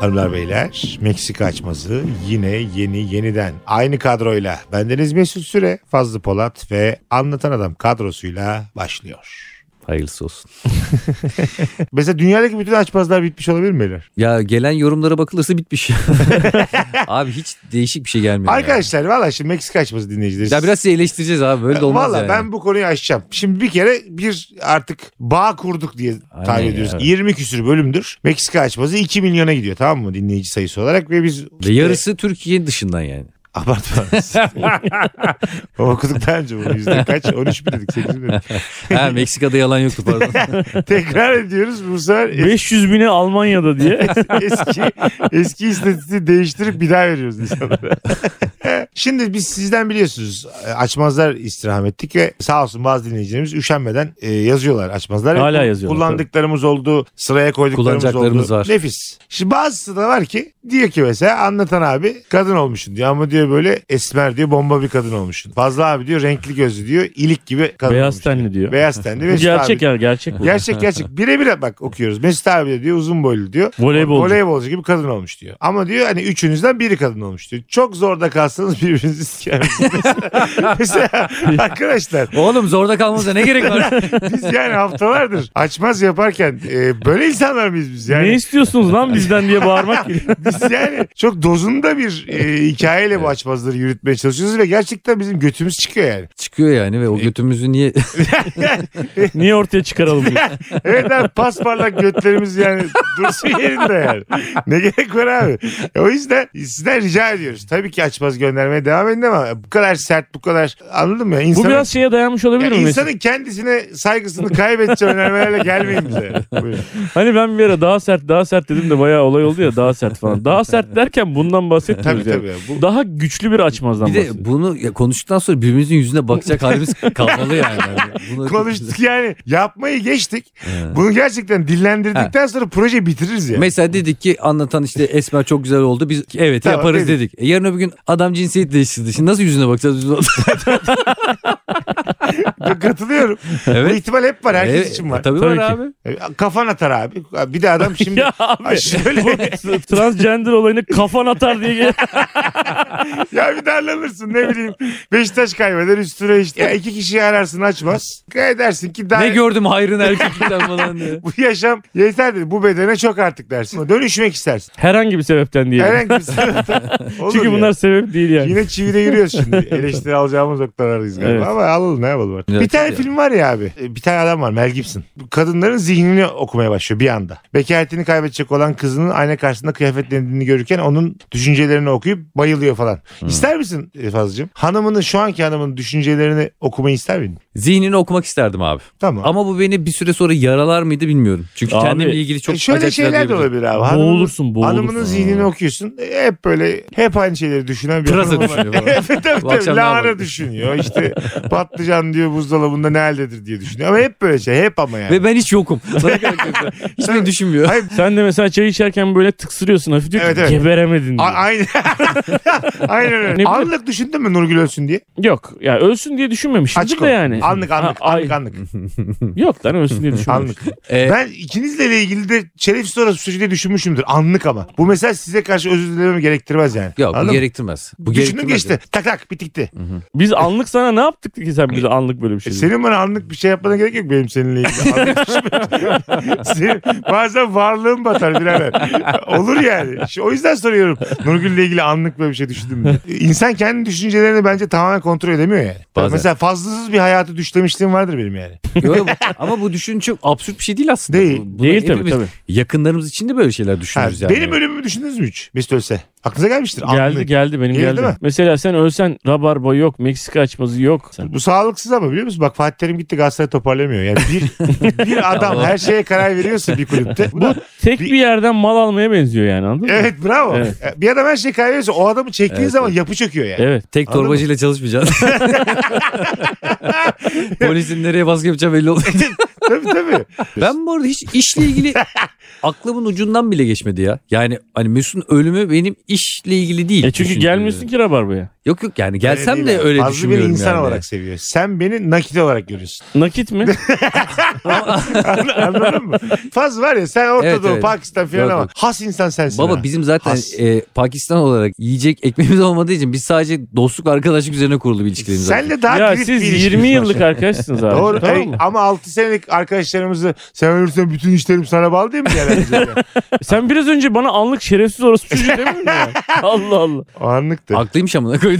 Hanımlar beyler Meksika açması yine yeni yeniden aynı kadroyla bendeniz Mesut Süre, Fazlı Polat ve Anlatan Adam kadrosuyla başlıyor. Hayırlısı olsun. Mesela dünyadaki bütün açmazlar bitmiş olabilir mi beyler? Ya gelen yorumlara bakılırsa bitmiş. abi hiç değişik bir şey gelmiyor. ya. Arkadaşlar valla şimdi Meksika açması dinleyicileri. Ya biraz sizi eleştireceğiz abi böyle de olmaz Valla yani. ben bu konuyu aşacağım. Şimdi bir kere bir artık bağ kurduk diye Aynen tabir ya. ediyoruz. 20 küsür bölümdür. Meksika açması 2 milyona gidiyor tamam mı dinleyici sayısı olarak ve biz Ve yarısı Türkiye dışından yani. Abartmaz. Okuduk daha önce bunu. Yüzde kaç? 13 mi dedik? 8 mi dedik? Ha Meksika'da yalan yoktu pardon. Tekrar ediyoruz. Bu sefer es- 500 bini Almanya'da diye. eski, eski istatistiği değiştirip bir daha veriyoruz insanlara. Şimdi biz sizden biliyorsunuz e, açmazlar istirham ettik ve sağ olsun bazı dinleyicilerimiz üşenmeden e, yazıyorlar açmazlar. Ve Hala kul- yazıyorlar, Kullandıklarımız oldu, sıraya koyduklarımız Kullanacaklarımız oldu. var. Nefis. Şimdi bazısı da var ki diyor ki mesela anlatan abi kadın olmuşsun diyor ama diyor böyle esmer diyor bomba bir kadın olmuşsun. Fazla abi diyor renkli gözlü diyor ilik gibi kadın Beyaz olmuşsun. tenli diyor. Beyaz tenli. Bu Mesut gerçek abi- ya gerçek bu. Gerçek gerçek. Birebir bak okuyoruz. Mesut abi de diyor uzun boylu diyor. Voleybolcu. Voleybolcu gibi kadın olmuş diyor. Ama diyor hani üçünüzden biri kadın olmuş diyor. Çok zorda kalsanız birbirinizi sikerdiniz. mesela, mesela arkadaşlar Oğlum zorda kalmamıza ne gerek var? biz yani haftalardır açmaz yaparken e, böyle insanlar mıyız biz yani? Ne istiyorsunuz lan bizden diye bağırmak geliyor. Biz yani çok dozunda bir e, hikayeyle bu açmazları yürütmeye çalışıyoruz ve gerçekten bizim götümüz çıkıyor yani. Çıkıyor yani ve o götümüzü niye... Niye ortaya çıkaralım diyor. Evet abi pasparlak götlerimiz yani dursun yerinde yani. Ne gerek var abi? E, o yüzden sizden rica ediyoruz. Tabii ki açmaz göndermeye devam edin ama bu kadar sert bu kadar anladın mı? ya? Bu İnsanın, biraz şeye dayanmış ya olabilir mi? Mesut? insanın kendisine saygısını kaybedeceği önermelerle gelmeyin bize. Buyurun. Hani ben bir ara daha sert daha sert dedim de bayağı olay oldu ya daha sert falan. Daha sert derken bundan Tabii bahsetmiyoruz yani. tabii. Bu, Daha güçlü bir açmazdan Bir bahsediyoruz. de bunu ya konuştuktan sonra birbirimizin yüzüne bakacak halimiz kalmalı yani. Yani Bunu... konuştuk yani yapmayı geçtik. Evet. Bunu gerçekten dillendirdikten sonra proje bitiririz ya. Mesela dedik ki anlatan işte Esmer çok güzel oldu. Biz evet Tamam, yaparız dedik. dedik. E, yarın öbür gün adam cinsiyet değiştirdi. Şimdi nasıl yüzüne bakacağız? biz ona? Katılıyorum. Bu evet. ihtimal hep var herkes E, için var. Tabii, Tabii var ki. abi. E, Kafan atar abi. Bir de adam şimdi Ya Ay abi şöyle transgender olayını kafan atar diye gel- Ya bir darlanırsın ne bileyim. Beşiktaş kaybeder üstüne işte. Ya iki kişiyi ararsın açmaz. Gayet dersin ki daha... Ne gördüm hayrın erkeklikten falan diye. bu yaşam yeterdir. Bu bedene çok artık dersin. Dönüşmek istersin. herhangi bir sebepten diye. Herhangi bir sebepten olur Çünkü ya. bunlar sebep değil yani. Yine çivide yürüyoruz şimdi. Eleştiri alacağımız noktalardayız galiba. Evet. Ama alalım ne yapalım artık. Evet, bir tane ya. film var ya abi. E, Bir tane adam var Mel Gibson. Bu Kadınların zihnini okumaya başlıyor bir anda. Bekaretini kaybedecek olan kızının ayna karşısında kıyafetlendiğini görürken onun düşüncelerini okuyup bayılıyor falan. Hmm. İster misin e, Fazlıcığım? Hanımının şu anki hanımının düşüncelerini okumayı ister miydin? Zihnini okumak isterdim abi. Tamam. Ama bu beni bir süre sonra yaralar mıydı bilmiyorum. Çünkü Abi, kendimle ilgili çok E, şöyle acayip şeyler de diyebilirim. olabilir abi. Hanımın- Boğulursun boğulursun. Hanımının zihnini okuyorsun. E, Hep böyle hep aynı şeyleri düşünen bir hanım Pırasa var. düşünüyor falan. Evet tabii Bu tabii akşam ne lahana yapalım? düşünüyor işte patlıcan diyor buzdolabında ne haldedir diye düşünüyor ama hep böyle şey hep ama yani. Ve ben hiç yokum. Sana gerek yok. Hiç beni düşünmüyor. Hayır, Sen de mesela çay içerken böyle tıksırıyorsun hafif diyor ki Evet, evet. a- geberemedin diyor. aynı. Aynen öyle. bileyim. Anlık düşündün mü Nurgül ölsün diye? Yok ya ölsün diye düşünmemişim Açık de ol. yani. Anlık anlık Ha, ay- anlık anlık. Yok lan ölsün diye düşünmemiştim. anlık. Ee, Ben ikinizle ilgili de şerefsiz orası suçu diye düşünmüşümdür. Anlık ama. Bu mesela size karşı özür dilememi gerektirmez yani. Yok Anladın mı? bu gerektirmez. Bu Düşündüm gerektirmez. geçti. Tak tak bitikti. Biz anlık sana ne yaptık ki sen bize anlık böyle bir şey? E senin bana anlık bir şey yapmana gerek yok benim seninle ilgili. Anlık bir şey- senin, bazen varlığın batar birader. Olur yani. Şu- O yüzden soruyorum. Nurgül'le ilgili anlık böyle bir şey düşündün mü? İnsan kendi düşüncelerini bence tamamen kontrol edemiyor yani. Bazen. Mesela fazlasız bir hayatı düşlemişliğim vardır benim yani. Yok, bu- ama bu düşün çok absürt bir şey değil aslında. Değil. Bu- bunu Değil tabii hepimiz- tabii. Yakınlarımız için de böyle şeyler Ha, düşünürüz yani. Benim ölümümü düşündünüz mü hiç? Mesut ölse. Aklınıza gelmiştir. Geldi anlık. geldi benim Geldi geldi. mi? Mesela sen ölsen rabarba yok, Meksika açmazı yok. Sen- Bu sağlıksız ama biliyor musun? Bak Fatih Terim gitti Galatasaray toparlamıyor. Yani bir, bir adam her şeye karar veriyorsa bir kulüpte. Bu Tek Bir- bir yerden mal almaya benziyor yani anladın mı? Evet bravo. E, Evet. Bir adam her şeyi karar veriyorsa o adamı çektiğin Evet, zaman yapı çöküyor yani. Evet. Tek Anladın torbacıyla çalışmayacağız. Polisin nereye baskı yapacağı belli oldu. tabii tabii. ben bu arada hiç işle ilgili aklımın ucundan bile geçmedi ya. Yani hani Mesut'un ölümü benim işle ilgili değil. E çünkü Düşündüğüm gelmiyorsun ki rabarbaya. Yok yok yani gelsem Öyle de değil mi? öyle Fazlı beni düşünmüyorum insan yani. olarak seviyor. Sen beni nakit olarak görüyorsun. Nakit mi? Anladın mı? Fazla var ya sen Orta Evet, Doğu, evet. Pakistan filan Yok, ama yok. has insan sensin. Baba ha. bizim zaten Has. e, Pakistan olarak yiyecek ekmeğimiz olmadığı için biz sadece dostluk arkadaşlık üzerine kurulu bir ilişkilerimiz var. Sen de daha ya kilit bir siz ilişkiniz 20 var. yıllık arkadaşsınız abi. Doğru. Tamam Ey, mı? ama 6 senelik arkadaşlarımızı sen ölürsen bütün işlerim sana bağlı değil mi? genelde? Sen biraz önce bana anlık şerefsiz orası çocuğu demiyor musun ya? Allah Allah. o anlıktı. Aklıymış amına koydu.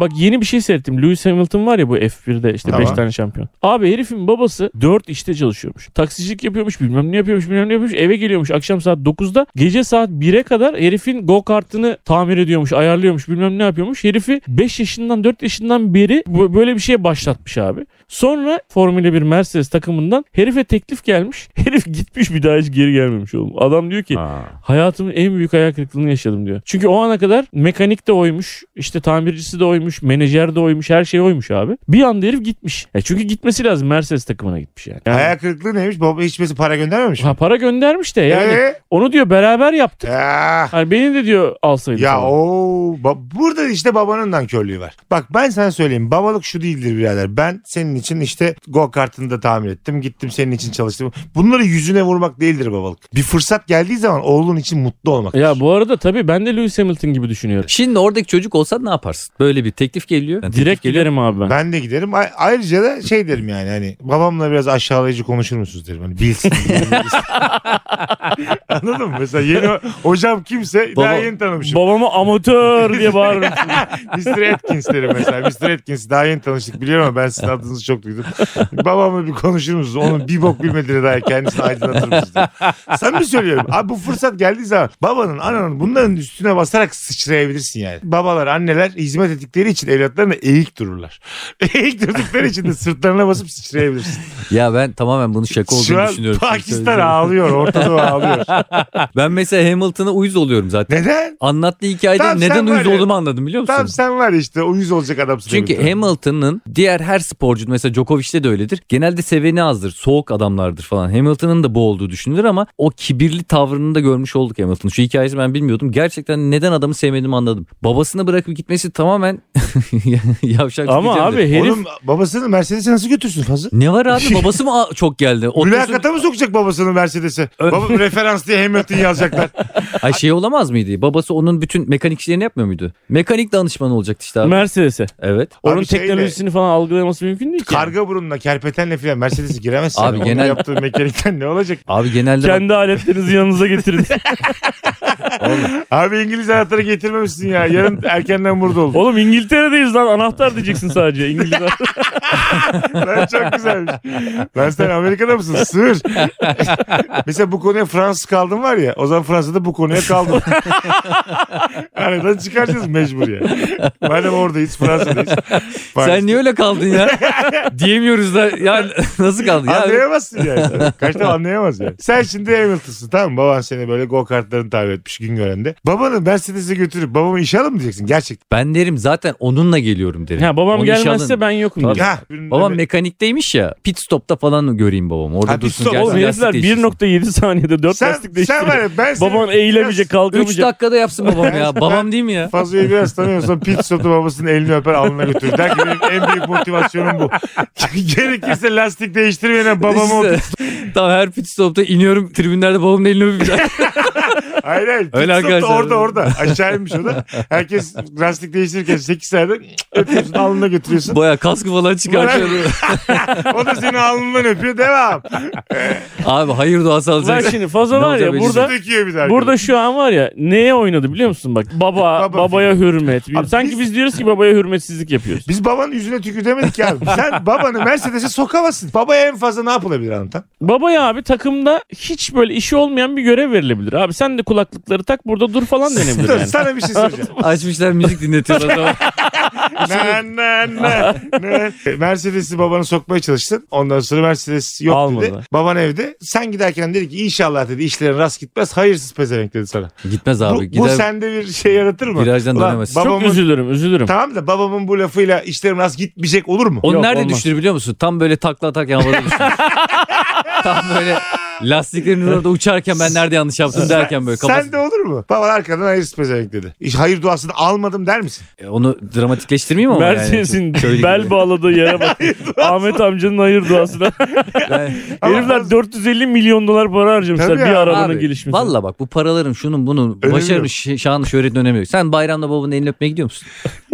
Bak yeni bir şey seyrettim. Lewis Hamilton var ya bu F1'de işte 5 Tamam. tane şampiyon. Abi herifin babası 4 işte çalışıyormuş. Taksicilik yapıyormuş bilmem ne yapıyormuş bilmem ne yapıyormuş. Eve geliyormuş akşam saat 9'da. Gece saat 1'e kadar herifin go kartını tamir ediyormuş ayarlıyormuş bilmem ne yapıyormuş. Herifi 5 yaşından 4 yaşından beri bu- böyle bir şeye başlatmış abi. Sonra Formula 1 Mercedes takımından herife teklif gelmiş. Herif gitmiş bir daha hiç geri gelmemiş oğlum. Adam diyor ki Hayatımın en büyük hayal kırıklığını yaşadım diyor. Çünkü o ana kadar mekanik de oymuş, işte tamircisi de oymuş, menajer de oymuş, her şey oymuş abi. Bir anda herif gitmiş. Ya çünkü gitmesi lazım Mercedes takımına gitmiş yani. Yani- Hayal kırıklığı neymiş? Baba hiç mesela para göndermemiş. mi? Ha, para göndermiş de yani. Ee? Onu diyor beraber yaptık. Ah. Hani beni de diyor alsaydı. Ya falan. o burada işte babanın nankörlüğü var. Bak ben sana söyleyeyim babalık şu değildir birader. Ben senin için işte go kartını da tamir ettim. Gittim senin için çalıştım. Bunları yüzüne vurmak değildir babalık. Bir fırsat geldiği zaman oğlun için mutlu olmak. Ya bu arada tabii ben de Lewis Hamilton gibi düşünüyorum. Şimdi oradaki çocuk olsan ne yaparsın? Böyle bir teklif geliyor. Yani Direkt teklif geliyor. gelirim abi ben. Ben de giderim. A- ayrıca da şey derim yani hani babamla biraz aşağılayıcı konuşur musunuz derim. Hani bilsin. bilsin. Anladın mı? Mesela yeni hocam kimse daha Baba- yeni tanımışım. Babama amatör diye bağırırım. Mr. Atkins derim mesela. Mr. Atkins daha yeni tanıştık biliyorum ama ben sizin adınızı çok duydum. Babamla bir konuşur musunuz? Onun bir bok bilmediğine dair kendisini aydınlatır mısınız? Sen mi söylüyorum? Abi bu fırsat geldiği zaman babanın, ananın bunların üstüne basarak sıçrayabilirsin yani. Babalar, anneler hizmet ettikleri için evlatlarına eğik dururlar. Eğik durdukları için de sırtlarına basıp sıçrayabilirsin. Ya ben tamamen bunu şaka olduğunu Şu an düşünüyorum. Pakistan ağlıyor, Orta Doğu ağlıyor. Ben mesela Hamilton'a uyuz oluyorum zaten. Neden? Anlattığı hikayede Tamam, sen neden var uyuz ya- olduğumu anladım biliyor musun? Tam sen var işte uyuz olacak adamsın. Çünkü hem Hamilton'ın diğer her sporcu mesela Djokovic'te de öyledir. Genelde seveni azdır, soğuk adamlardır falan. Hamilton'ın da bu olduğu düşünülür ama o kibirli tavrını da görmüş olduk Hamilton'ın. Şu hikayesi ben bilmiyordum. Gerçekten neden adamı sevmediğimi anladım. Babasını bırakıp gitmesi tamamen yavşak. Ama bir abi şeydir. herif Oğlum babasını Mercedes'e nasıl götürsün fazla? Ne var abi babası mı a- çok geldi? Otursun... Mülakata mı sokacak babasını Mercedes'e? Ö- Baba referans diye Hamilton yazacaklar. Ay şey olamaz mıydı? Babası onun bütün mekanik işlerini yapmıyor muydu? Mekanik danışmanı olacaktı işte abi. Mercedes'e. Evet. Onun Abi şeyle- teknolojisini falan algılaması mümkün değil ki. Karga burunla, kerpetenle filan Mercedes'e giremezsin. Abi Abi genel- yaptığı mekanikten ne olacak? Abi genelde bak- Kendi aletlerinizi yanınıza getirin. Abi İngiliz anahtarı getirmemişsin ya. Yarın erkenden burada ol. Oğlum İngiltere'deyiz lan anahtar diyeceksin sadece İngiliz anahtar. Lan çok güzelmiş. Lan sen Amerika'da mısın? Sığır. Mesela bu konuya Fransız kaldım var ya. O zaman Fransa'da bu konuya kaldım. Aradan çıkaracağız mecbur ya. Madem oradayız Fransa'dayız. sen niye öyle kaldın ya? Diyemiyoruz da ya nasıl kaldın ya? Anlayamazsın yani. Kaç tane anlayamaz yani. Sen şimdi Hamilton'sın tamam mı? Baban seni böyle go kartlarını tabi etmiş gün görende. Babanı Mercedes'e götürüp babamı işe alın mı diyeceksin gerçekten? Ben derim zaten onunla geliyorum derim. Ha, babam Onu işe gelmezse alın. ben yokum Tabii. diyor. Ha, Babam mekanikteymiş ya pit stopta falan göreyim babamı. Orada Ha, pit dursun stop. gelsin Oğlum lastik herifler değiştirsin. 1.7 saniyede 4 sen, lastik sen var ya değiştiriyor. ben seni Baban biraz- eğilemeyecek Üç kalkamayacak. dakikada yapsın babam ya. babam değil mi ya? Fazla'yı biraz tanıyorsan pit stopta babasının elini öper alnına götürür. Der ki benim en büyük motivasyonum bu. Gerekirse lastik değiştirmeyene babamı o İşte, Tamam her pit stopta iniyorum tribünlerde babamın elini öpüyorum. Hayır hayır. Pit Öyle stop da arkadaşlar. Orada orada. Aşağıymış o da. Herkes lastik değiştirirken 8 sayede öpüyorsun alnına götürüyorsun. Baya kaskı falan çıkartıyorum. O da seni alnından öpüyor. Devam. Abi hayır duası Lan alacak. şimdi fazla Ne var ya olacak Burada, burada... Döküyor bir de arkadaş. Burada şu an var ya neye oynadı biliyor musun bak baba, Baba babaya hürmet. Abi Sanki biz- biz... diyoruz ki babaya hürmetsizlik yapıyoruz. Biz babanın yüzüne tükür demedik ya. Sen babanı Mercedes'e sokamazsın. Babaya en fazla ne yapılabilir anlatan? Babaya abi takımda hiç böyle işi olmayan bir görev verilebilir. Abi sen de kulaklıkları tak burada dur falan denebilir Dur yani. sana bir şey söyleyeceğim. Açmışlar müzik dinletiyorlar. Tamam. ne, ne, ne, ne. Mercedes'i babanı sokmaya çalıştın. Ondan sonra Mercedes yok dedi. Almadı. Baban evde. Sen giderken dedi ki inşallah dedi işlerin rast gitmez. Hayırsız pezevenk dedi sana. Gitmez Bu, abi. bu Gider sende bir şey yaratır mı? virajdan Ulan dönemez. babamın- Çok üzülürüm üzülürüm. Tamam da babamın bu lafıyla işlerim rast gitmeyecek olur mu? Onu Yok, nerede olmaz. düşürür biliyor musun? Tam böyle takla atak havada düşürür. Tam böyle Lastiklerin orada uçarken ben nerede yanlış yaptım derken böyle kafası. Sen de olur mu? Baban arkadan hayır pezevenk dedi. Hiç hayır duasını almadım der misin? E, Onu dramatikleştirmeyeyim ama Mersin'in yani. Köylü bel gibi. bağladığı yere bak. Ahmet amcanın hayır duasına. Yani- Ama Herifler az- 450 milyon dolar para harcamışlar Tabii bir ya. arabanın Abi, gelişmesi. Valla bak bu paraların şunun bunun Önemi başarının yok. ş- şanı şöhretin önemi yok. Sen bayramda babanın elini öpmeye gidiyor musun?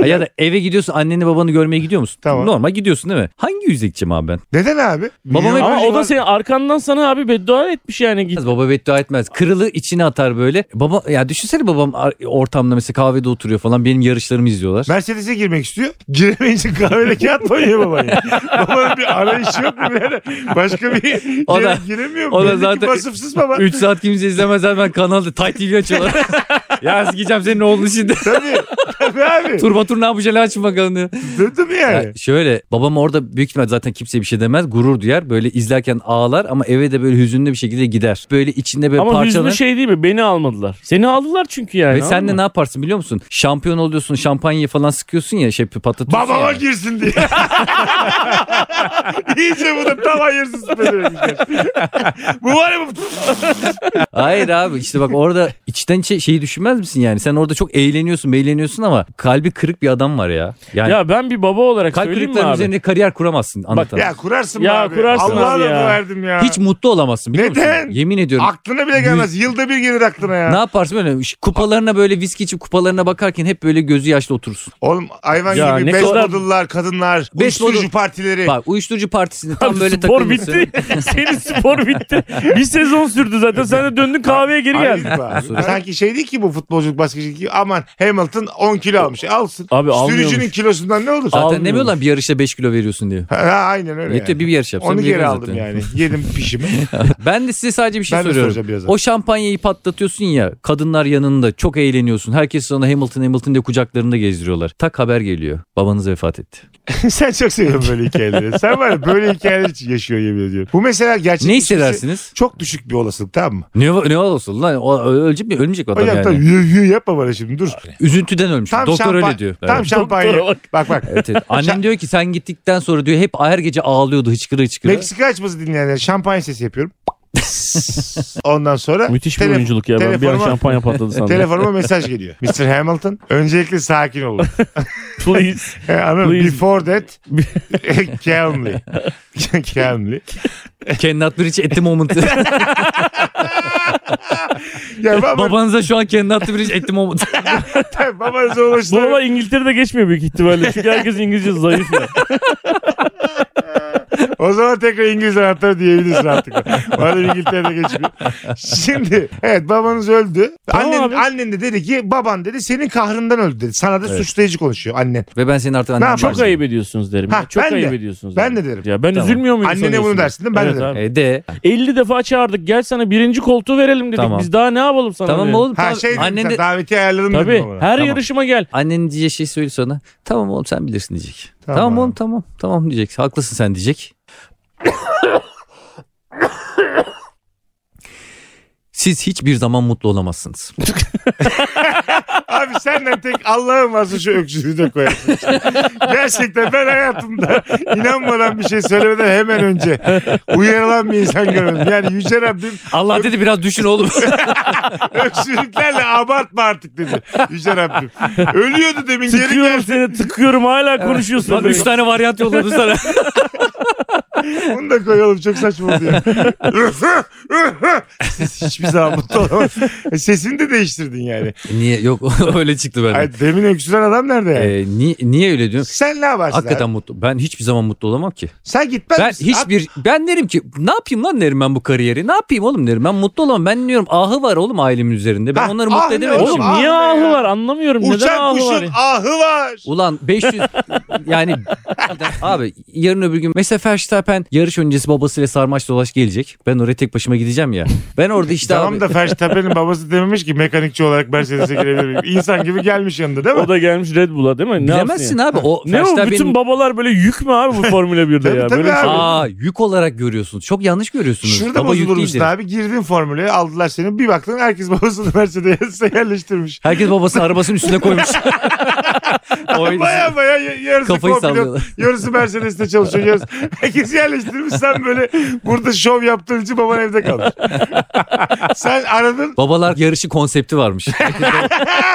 ya da eve gidiyorsun anneni babanı görmeye gidiyor musun? Tamam. Normal gidiyorsun değil mi? Hangi yüzle gideceğim abi ben? Neden abi? Babam Milyon- hep- Ama o da Var- senin arkandan sana abi beddua etmiş yani git. Baba beddua etmez. Kırılı içine atar böyle. Baba ya düşünsene babam ar- ortamda mesela kahvede oturuyor falan benim yarışlarımı izliyorlar. Mercedes'e girmek istiyor. Giremeyince kahvede kağıt mı oynuyor baban ya. Babanın bir arayışı yok mu? Yani başka bir O yere da- giremiyor mu? o da Belli ki zaten- Vasıfsız baba. 3 saat kimse izlemez ben kanalda Tay TV açıyorlar. ya sikeceğim senin oğlun şimdi. Tabii. Tabii abi. Turba tur ne yapacağını açın bakalım diyor. Döndü mü yani? Ya şöyle babam orada büyük ihtimal zaten kimseye bir şey demez gurur duyar böyle izlerken ağlar ama eve de böyle hüzünlü bir şekilde gider. Böyle içinde böyle Ama parçalanır. hüznü şey değil mi? Beni almadılar. Seni aldılar çünkü yani. Ve anladın sen de mı? ne yaparsın biliyor musun? Şampiyon oluyorsun şampanya falan sıkıyorsun ya şey patlatıyorsun Babama ya. girsin diye. İyice bu da tam hayırsız pezevenkler. bu var ya bu. Hayır abi işte bak orada içten içe şeyi düşünmez misin yani? Sen orada çok eğleniyorsun eğleniyorsun ama kalbi kırık bir adam var ya. Yani Ya ben bir baba olarak kalp söyleyeyim mi kırıkların abi? üzerine kariyer kuramazsın anlatan. Ya kurarsın Ya be abi. kurarsın Allah'a abi da ya. verdim ya. Hiç mutlu olamazsın biliyor Neden? musun? Yemin ediyorum. Aklına bile gelmez. Yılda bir gelir aklına ya. ne yaparsın böyle şu kupalarına böyle viski içip kupalarına bakarken hep böyle gözü yaşlı oturursun. Oğlum hayvan Ya gibi ne best kadar- model'lar, kadınlar, Best uyuşturucu model- partileri. Bak uyuşturucu partisinde tam Abi böyle spor takılmışsın. bitti. Senin spor bitti. Bir sezon sürdü zaten. Sen de döndün kahveye geri Hayır geldin. be abi. Sanki şey değil ki bu futbolculuk, basketçilik gibi. Aman Hamilton 10 kilo almış. E, Alsın. Abi Sürücünün almıyormuş. kilosundan ne olur? Zaten Almıyormuş. demiyorlar bir yarışta 5 kilo veriyorsun diye. Ha, aynen öyle. Yetiyor yani. bir yarış yapsam Onu yerim geri zaten. aldım yani. Yedim pişimi. Ben de size sadece bir şey Ben de soruyorum. soracağım birazdan. o şampanyayı patlatıyorsun ya kadınlar yanında çok eğleniyorsun. Herkes sana Hamilton Hamilton diye kucaklarında gezdiriyorlar. Tak haber geliyor. Babanız vefat etti. Sen çok seviyorsun böyle hikayeleri. Sen var ya böyle hikayeler için yaşıyor yemin ediyorum. Bu mesela gerçek. ne ilişkisi hissedersiniz? Çok düşük bir olasılık tamam mı? Ne, ne olsun lan o, ölecek mi? Ölmeyecek adam Hocam yani. tamam yü, yü yapma bana şimdi dur. Üzüntüden ölmüş. Tam Doktor şampa- öyle diyor. Tam Evet. şampanya. Doktora Bak bak. bak. Evet, evet. Annem diyor ki sen gittikten sonra diyor hep her gece ağlıyordu hıçkıra hıçkıra. Meksika açması dinleyenler şampanya sesi yapıyorum. Ondan sonra Müthiş bir telef- oyunculuk ya. Ben bir an telefonuma- şampanya patladı sandım. Telefonuma mesaj geliyor. Mr. Hamilton öncelikle sakin olun. Please. E, Anladın mı? Please. Before that calmly. calmly. Cannot Bridge at the moment. Ya baba, Babanıza şu an Cannot Bridge at the moment. babanıza Bu ulaştılar. olay İngiltere'de geçmiyor büyük ihtimalle. Çünkü herkes İngilizce zayıf ya. O zaman tekrar İngiliz anahtarı diyebilirsin artık. Bana İngiltere'de geçmiyor. Şimdi evet babanız öldü. Tamam annen, abi. annen de dedi ki baban dedi senin kahrından öldü dedi. Sana da suçlayıcı konuşuyor annen. Ve ben seni artık annem yapayım? yaparsın. Çok ayıp ediyorsunuz derim. Ha, Çok ben de. ayıp ediyorsunuz. Ben de derim. Ya ben Tamam. üzülmüyor muyum Annene sanıyorsunuz? bunu dersin değil mi? Ben de derim. abi. E de 50 defa çağırdık. Gel sana birinci koltuğu verelim dedik. Tamam. Biz daha ne yapalım sana? tamam diye. oğlum Ha tamam. şey dedim annen sen, de davetiye ayarladım Tabii. dedim babana. Her Tamam. yarışıma gel. annenin diyeceği şey söyle sana. Tamam oğlum sen bilirsin diyecek. Tamam. Tamam, oğlum tamam. Tamam diyecek. Haklısın sen diyecek. Siz hiçbir zaman mutlu olamazsınız. Abi senden tek Allah'ın varsa şu öksürüğü de koyarsın. Gerçekten ben hayatımda inanmadan bir şey söylemeden hemen önce uyarılan bir insan görmedim. Yani Yüce Rabbim Allah dedi biraz düşün oğlum. öksürüklerle abartma artık dedi. Yüce Rabbim. Ölüyordu demin geri Tıkıyorum geldi. seni tıkıyorum hala konuşuyorsun. Bak üç tane varyant yolladı sana. Bunu da koyalım çok saçma oldu ya. Siz hiçbir zaman mutlu olamazsınız. Sesini de değiştirdin yani. E, niye? Yok öyle çıktı bende. Ay, demin öksüren adam nerede yani? Ee, niye, niye öyle diyorsun? Sen ne yaparsın? Hakikaten abi? mutlu. Ben hiçbir zaman mutlu olamam ki. Sen gitmez Ben misin? hiçbir ben derim ki ne yapayım lan derim ben bu kariyeri. Ne yapayım oğlum derim. Ben mutlu olamam. Ben diyorum ahı var oğlum ailemin üzerinde. Ben Ha, onları ah mutlu ne edemedim. oğlum? Oğlum, Oğlum niye Ağlıyor ahı ya. var anlamıyorum. Neden Uçan ahı var? ya? kuşun ahı var. Ulan 500 yani abi yarın öbür gün mesela Verstappen yarış öncesi babasıyla sarmaş dolaş gelecek. Ben oraya tek başıma gideceğim ya. Ben orada işte tamam abi da Verstappen'in babası dememiş ki mekanikçi olarak Mercedes'e girebilir miyim? İnsan gibi gelmiş yanında değil mi? O da gelmiş Red Bull'a değil mi? Ne bilemezsin yapsın ya? abi. O Ne o bütün Verstappen'in babalar böyle yük mü abi bu Formula 1'de Tabii, ya? tabii Böyle bir şey abi. yok. Aa yük olarak görüyorsunuz. Çok yanlış görüyorsunuz. Şurada Baba yük bozulur değildir. musun abi? Girdin formüle aldılar seni. Bir baktın herkes babasını Mercedes'e yerleştirmiş. Herkes babasının arabasının üstüne koymuş. Oydu. Baya baya y- yarısı Kafayı komplo, sallıyorlar. Yarısı Mercedes'te çalışıyor. Yarısı. Herkesi yerleştirmiş. Sen böyle burada şov yaptığın için baban evde kalmış. sen aradın. Babalar yarışı konsepti varmış.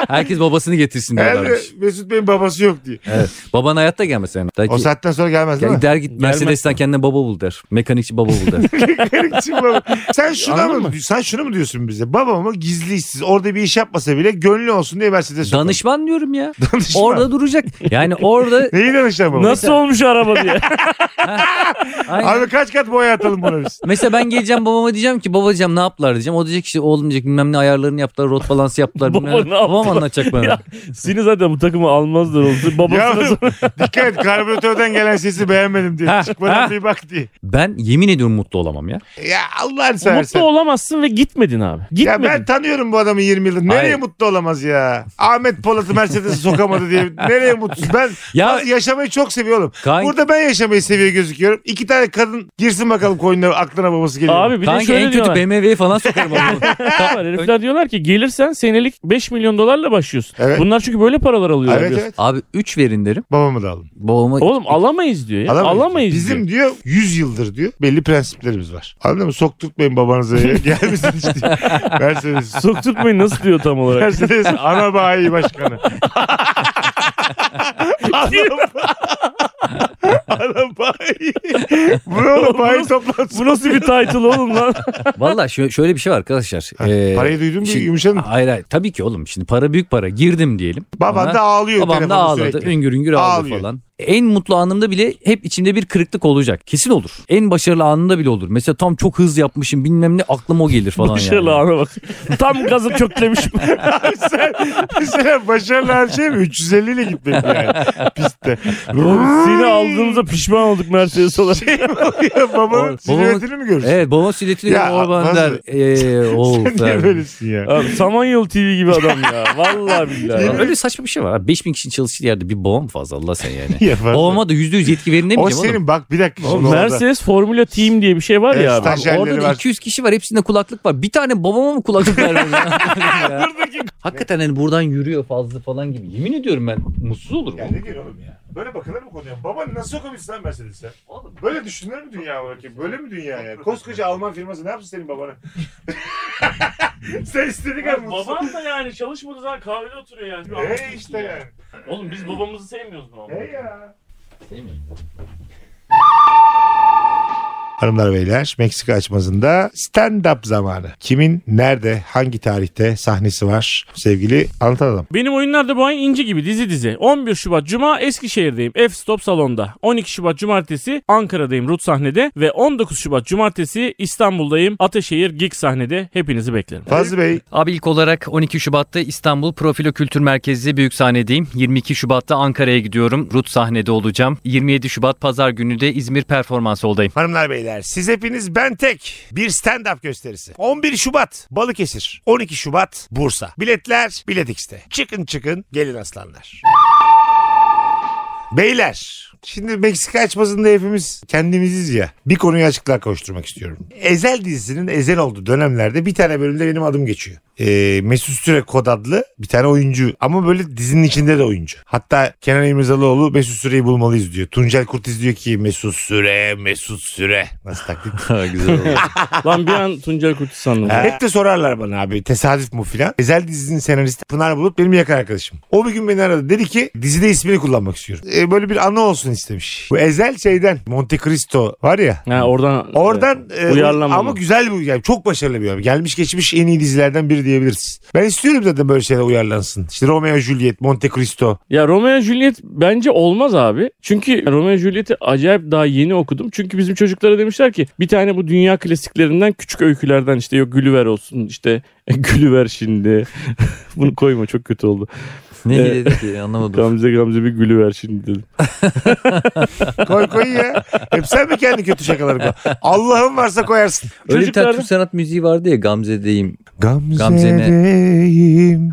Herkes babasını getirsin Herhalde diyorlarmış. Mesut Bey'in babası yok diye. Evet. Baban hayatta gelmese yani. Der O ki, saatten sonra gelmez değil "Ya mi? der git Gelmez. Mercedes'ten kendine baba bul der. Mekanikçi baba bul der. Kırıkçı baba. sen şuna Anladın mı, sen şunu mu diyorsun bize? Babama gizli işsiz orada bir iş yapmasa bile gönlü olsun diye Mercedes'e sokalım. Danışman diyorum ya. Danışman. Orada duracak. Yani orada Neyi danışacağım baba? Nasıl olmuş araba diye. Aynen. Abi kaç kat boya atalım buna biz. Mesela ben geleceğim babama diyeceğim ki baba diyeceğim ne yaptılar diyeceğim. O diyecek işte oğlum diyecek bilmem ne ayarlarını yaptılar. Rot balansı yaptılar. Baba bilmem ne yaptı? Babam anlatacak bana. Ya, Seni zaten bu takımı almazlar oldu. Babasına Yavrum dikkat et karbüratörden gelen sesi beğenmedim diye. Ha, Çıkmadan ha. bir bak diye. Ben yemin ediyorum mutlu olamam ya. Ya Allah'ını mutlu seversen. olamazsın ve gitmedin abi. Ya Gitmedin. ben tanıyorum bu adamı 20 yıldır. Nereye Hayır. mutlu olamaz ya? Ahmet Polat'ı Mercedes'e sokamadı diye. Nereye mutsuz? Ben Ya- ben yaşamayı çok seviyorum. Kanki, Burada ben yaşamayı seviyor gözüküyorum. İki tane kadın girsin bakalım koyunla aklına babası geliyor. Abi bir de kanki şöyle en kötü diyorlar. BMW'yi falan sokarım. ama. Var. Herifler diyorlar ki gelirsen senelik 5 milyon dolarla başlıyorsun. Evet. Bunlar çünkü böyle paralar alıyorlar. evet biliyorsun. evet. Abi 3 verin derim. Babamı da alın. Babama Oğlum alamayız diyor ya. Alamayız. Alamayız. Bizim diyor. 100 yıldır diyor belli prensiplerimiz var. Anladın mı? Sokturtmayın babanıza ya. Gelmesin işte. Mercedes. diyor. Sok tutmayın nasıl diyor tam olarak. Mercedes ana bayi başkanı. ana bayi. Bu ne oğlum bayi toplantısı. Bu nasıl bir title oğlum lan? Valla şö- şöyle bir şey var arkadaşlar. Ee, Parayı duydun mu şimdi- yumuşadın. Hayır hayır tabii ki oğlum şimdi para büyük para girdim diyelim. Baban Ona- da ağlıyor Babam da telefonda ağladı. sürekli. Üngür üngür ağladı Ağlıyor. falan. En mutlu anımda bile hep içimde bir kırıklık olacak. Kesin olur. En başarılı anında bile olur. Mesela tam çok hız yapmışım bilmem ne aklıma o gelir falan Başarılı yani. abi şey bak. Tam gazı köklemişim. sen, mesela başarılı her şey mi? 350 ile gitmek yani pistte. Oğlum seni aldığımızda pişman olduk Mercedes olarak. şey mi oluyor? Babanın Oğlum, babamın- silüetini mi görürsün? Evet babam sürekli Ya, Orban nasıl- der. Eee oğul Sen niye der. böylesin ya? Abi, Samanyolu TV gibi adam ya. Vallahi billahi. Yemin- Abi. Öyle saçma bir şey var. abi. 5000 kişinin çalıştığı yerde bir babam fazla Allah sen yani. Yapar. Babama da %100 yetki verin O demeyeceğim senin oğlum. bak bir dakika. şimdi orada. Mercedes Formula Team diye bir şey var ya Evet, abi. staj- Orada Jenleri da var. 200 kişi var hepsinde kulaklık var. Bir tane babama mı kulaklık vermedi? ya? Hakikaten hani buradan yürüyor fazla falan gibi. Yemin ediyorum ben mutsuz olurum. Ya ne diyor oğlum ya? Böyle bakılır mı konuya? Baba nasıl sokabilsin lan Mercedes'e? Oğlum böyle düşünür mü dünya olarak? ya? Böyle mi dünya ya? Koskoca Alman firması ne yapsın senin babana? Sen istedik abi. Babam da yani çalışmadığı zaman kahvede oturuyor yani. Hey işte yani. Oğlum biz babamızı sevmiyoruz mu? Hey ya. Hanımlar beyler Meksika açmazında stand-up zamanı. Kimin, nerede, hangi tarihte sahnesi var sevgili anlatan adam. Benim oyunlarda bu ay inci gibi dizi dizi. 11 Şubat Cuma Eskişehir'deyim. F-Stop salonda. 12 Şubat Cumartesi Ankara'dayım Rut sahnede. Ve 19 Şubat Cumartesi İstanbul'dayım Ateşehir Gig sahnede. Hepinizi beklerim. Fazlı Bey Abi ilk olarak 12 Şubat'ta İstanbul Profilo Kültür Merkezi büyük sahnedeyim. 22 Şubat'ta Ankara'ya gidiyorum. Rut sahnede olacağım. 27 Şubat pazar günü de İzmir performans oldayım. Hanımlar beyler siz hepiniz ben tek bir stand-up gösterisi. 11 Şubat Balıkesir, 12 Şubat Bursa. Biletler Bilet X'te. Çıkın çıkın gelin aslanlar. Beyler şimdi Meksika açmasında hepimiz kendimiziz ya. Bir konuyu açıklığa koşturmak istiyorum. Ezel dizisinin ezel olduğu dönemlerde bir tane bölümde benim adım geçiyor. Ee, Mesut Süre kod adlı bir tane oyuncu ama böyle dizinin içinde de oyuncu. Hatta Kenan İmirzalıoğlu Mesut Süre'yi bulmalıyız diyor. Tuncel Kurtiz diyor ki Mesut Süre, Mesut Süre. Nasıl taklit? Güzel oldu. Lan bir an Tuncel Kurtiz sandım. Hep de sorarlar bana abi tesadüf mu filan. Ezel dizinin senaristi Pınar Bulut benim yakın arkadaşım. O bir gün beni aradı. Dedi ki dizide ismini kullanmak istiyorum. E, böyle bir anı olsun istemiş. Bu Ezel şeyden Monte Cristo var ya. Ha, oradan Oradan e, Uyarlama ama mı? güzel bir yani çok başarılı bir abi. Gelmiş geçmiş en iyi dizilerden biri diyebiliriz. Ben istiyorum zaten böyle şeyler uyarlansın. İşte Romeo Juliet, Monte Cristo. Ya Romeo and Juliet bence olmaz abi. Çünkü Romeo and Juliet'i acayip daha yeni okudum. Çünkü bizim çocuklara demişler ki bir tane bu dünya klasiklerinden küçük öykülerden işte yok Gülüver olsun işte Gülüver şimdi. Bunu koyma çok kötü oldu. ne Ee, dedi ki anlamadım. Gamze Gamze bir Gülüver şimdi dedim. Koy koy ya. Hep sen mi kendi kötü şakaları koy? Allah'ın varsa koyarsın. Öyle bir tane Çocuklarda- Türk sanat müziği vardı ya Gamze'deyim. Gamze'ne. Gamze'deyim.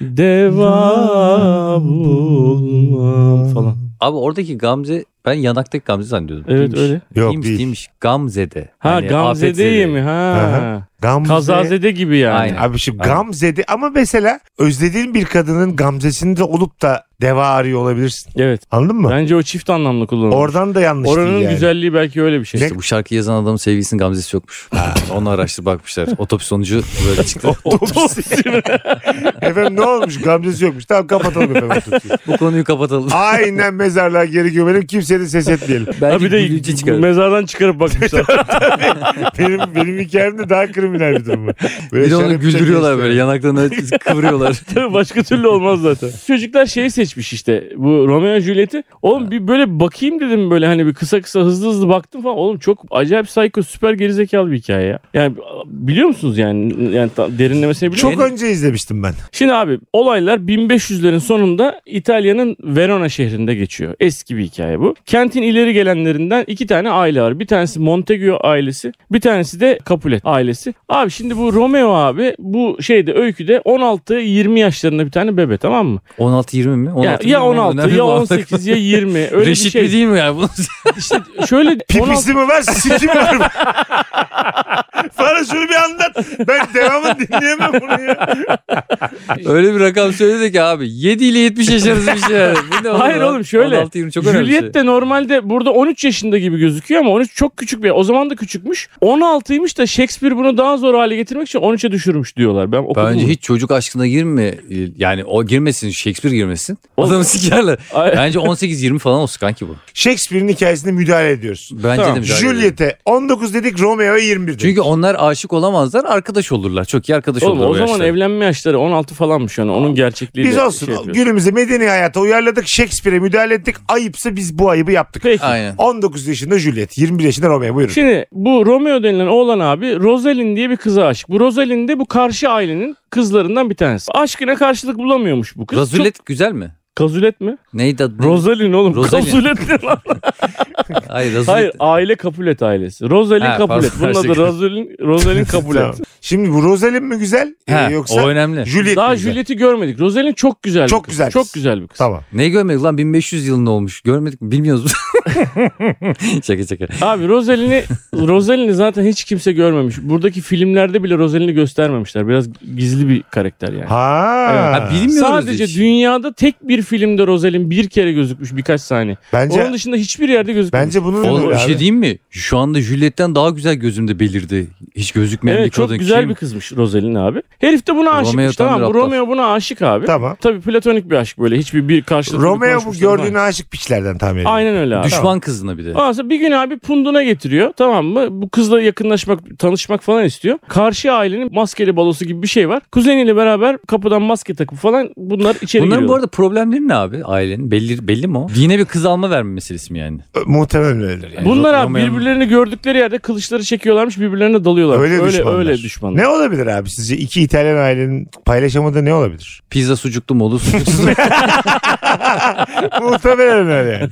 Deva bulmam falan. Abi oradaki Gamze Ben yanaktaki Gamze zannediyordum. Evet, Değilmiş. öyle. Yok, değilmiş, değil. değilmiş. Gamze'de. Ha Hani Gamze afetzede. değil mi? Ha. Aha. Gamze. Kazazede gibi yani. Aynen. Abi şimdi Aynen. gamzede ama mesela özlediğin bir kadının gamzesinde olup da deva arıyor olabilirsin. Evet. Anladın mı? Bence o çift anlamlı kullanılmış. Oradan da yanlış Oranın değil yani. güzelliği belki öyle bir şey. İşte bu şarkı yazan adamın sevgilisinin Gamze'si yokmuş. Onu araştırıp bakmışlar. Otopsi sonucu böyle çıktı. efendim ne olmuş? Gamzesi yokmuş. Tamam kapatalım efendim. otopsiyi. bu konuyu kapatalım. Aynen mezarlığa geri gömelim. Kimseye de ses etmeyelim. Ha Belki bir gülünce de çıkar. mezardan çıkarıp bakmışlar. Benim, benim hikayemde daha kriminal bir durum var. Böyle Bir de şöyle onu bir şey güldürüyorlar gösteriyor. böyle yanaklarına kıvırıyorlar. Tabii başka türlü olmaz zaten. Çocuklar şeyi seçmiş işte bu Romeo Juliet'i. Oğlum bir böyle bir bakayım dedim böyle hani bir kısa kısa hızlı hızlı baktım falan. Oğlum çok acayip psycho süper gerizekalı bir hikaye ya. Yani biliyor musunuz yani yani tam derinlemesine biliyor Çok musunuz? önce izlemiştim ben. Şimdi abi olaylar 1500'lerin sonunda İtalya'nın Verona şehrinde geçiyor. Eski bir hikaye bu. Kentin ileri gelenlerinden iki tane aile var. Bir tanesi Montegio ailesi, bir tanesi de Capulet ailesi. Abi şimdi bu Romeo abi bu şeyde öyküde 16-20 yaşlarında bir tane bebe tamam mı? 16-20 mi? Ya, 16 ya 16 ya 18 ya 20 öyle Reşit bir mi şey. değil mi ya? Bunu- İşte şöyle 16 Pipisi mi var, siki mi var? Bana şunu bir anlat. Ben devamını dinleyemem bunu ya. öyle bir rakam söyledi ki abi 7 ile 70 yaş arası bir şey. yani. Bu ne Hayır lan? oğlum şöyle. 16-20 çok önemli bir Juliet şey. de normalde burada 13 yaşında gibi gözüküyor ama 13 çok küçük bir. O zaman da küçükmüş. 16'ymış da Shakespeare bunu daha zor hale getirmek için 13'e düşürmüş diyorlar. Ben okudum. Bence bunu. hiç çocuk aşkına girme. e, Yani o girmesin Shakespeare girmesin. Oğlum- Adamı sikerler. Ay- Bence 18-20 falan olsun kanki bu. Shakespeare'in hikayesine müdahale ediyoruz. Bence Tamam. de müdahale edelim. Juliet'e 19 dedik, Romeo'ya 21 dedik. Çünkü onlar aşık olamazlar arkadaş olurlar. Çok iyi arkadaş Oğlum olurlar. o bu zaman yaşta. evlenme yaşları 16 falanmış yani. Onun gerçekliği biz de olsun şey yapıyor. günümüzde medeni hayata uyarladık, Shakespeare'e müdahale ettik. Ayıpsa biz bu ayıbı yaptık. Peki. Aynen. 19 yaşında Juliet, 21 yaşında Romeo buyurun. Şimdi bu Romeo denilen oğlan abi Rosalind diye bir kıza aşık. Bu Rosalind de bu karşı ailenin kızlarından bir tanesi. Aşkına karşılık bulamıyormuş bu kız. Razulet güzel mi? Çok... Kazulet mi? Neydi adı? Rosalind oğlum. Rosalind. Kazulet ne lan? Hayır Razulet. Hayır aile Capulet ailesi. Rosalind Ha, Capulet. pardon, Bunun adı gerçekten. Rosalind, Rosalind şey. Tamam. Capulet. Şimdi bu Rosalind mi güzel e, Ha, yoksa O önemli. Juliet mi Daha güzel? Juliet'i görmedik. Rosalind çok güzel bir Çok kız. güzel kız. Çok güzel bir kız. Tamam. Neyi görmedik lan 1500 yılında olmuş. Görmedik mi bilmiyoruz. şaka şaka. Abi Rosalind'i Rosalind'i zaten hiç kimse görmemiş. Buradaki filmlerde bile Rosalind'i göstermemişler. Biraz gizli bir karakter yani. Ha. Evet. Ha, bilmiyoruz Sadece hiç. dünyada tek bir filmde Rosalind bir kere gözükmüş birkaç saniye. Bence Onun dışında hiçbir yerde gözükmüş. bence bunun Oğlum öyle bir abi. şey diyeyim mi? Şu anda Juliet'ten daha güzel gözümde belirdi. Hiç gözükmeyen bir Evet kadın. çok güzel kim? bir kızmış Rosalind abi. Herif de buna aşıkmış Romeo tam tamam bir mı? aptal. Romeo buna aşık abi. Tamam. Tabii platonik bir aşk böyle. Hiçbir bir karşılıklı bir Romeo bu konuşmuşlar gördüğüne falan. aşık piçlerden tahmin Şey, ediyorum. Aynen öyle abi. Düşman kızına bir de. Ondan sonra bir gün abi punduna getiriyor tamam mı? Bu kızla yakınlaşmak, tanışmak falan istiyor. Karşı ailenin maskeli balosu gibi bir şey var. Kuzeniyle beraber kapıdan maske takıp falan bunlar içeri Bunların bu giriyor. arada problemleri ne abi ailenin? Belli, belli mi o? Dine bir kız alma verme meselesi mi yani? Ö- Muhtemelen öyledir yani. Bu- Bunlar abi Romeo'nun- birbirlerini gördükleri yerde kılıçları çekiyorlarmış birbirlerine dalıyorlar. Öyle düşmanlar. Öyle düşmanlar. Ne olabilir abi sizce? iki İtalyan ailenin paylaşamadığı ne olabilir? Pizza sucuklu mu olur? Sucuksuz mu? Muhtemelen öyle yani.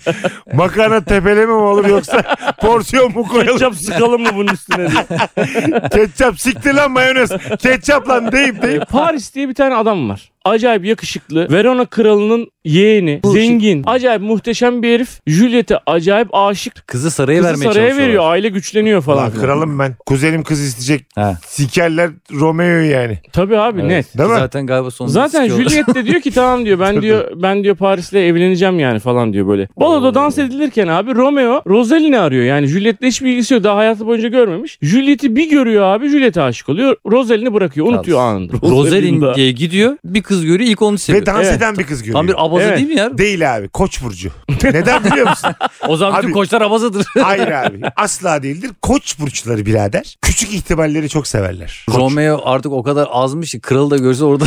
Makarna tepeleme mi olur yoksa porsiyon mu koyalım? Ketçap sıkalım mı bunun üstüne diye. Ketçap siktir lan mayonez. Ketçap lan deyip deyip. E, Paris diye bir tane adam var. Acayip yakışıklı. Verona kralının yeğeni. Bu zengin. Acayip muhteşem bir herif. Juliet'e acayip aşık. Kızı saraya Kızı Şey vermeye saraya çalışıyorlar. veriyor. Aile güçleniyor falan. Ulan kralım ben. Kuzenim kız isteyecek. Ha. Sikerler Romeo yani. Tabii abi Evet. net. Değil mi? Zaten galiba sonunda Zaten sikiyorlar. Juliet de diyor ki tamam diyor ben diyor ben diyor Paris'le evleneceğim yani falan diyor böyle. Baloda dans edilirken abi Romeo Rosalini arıyor. Yani Juliet'le hiçbir ilgisi yok. Daha hayatı boyunca görmemiş. Juliet'i bir görüyor abi. Juliet'e aşık oluyor. Rosalini bırakıyor. Unutuyor Yalnız. anında. Rosalind diye gidiyor. Bir kız görüyor ilk onu Ve seviyor. dans Evet. eden bir kız görüyor. Tam bir abaza Evet. değil mi ya? Değil abi. Koç burcu. Neden biliyor musun? O zaman bütün Abi- koçlar abazadır. Hayır abi. Asla değildir. Koç burçları birader. Küçük ihtimalleri çok severler. Koç. Romeo artık o kadar azmış ki kralı da görse orada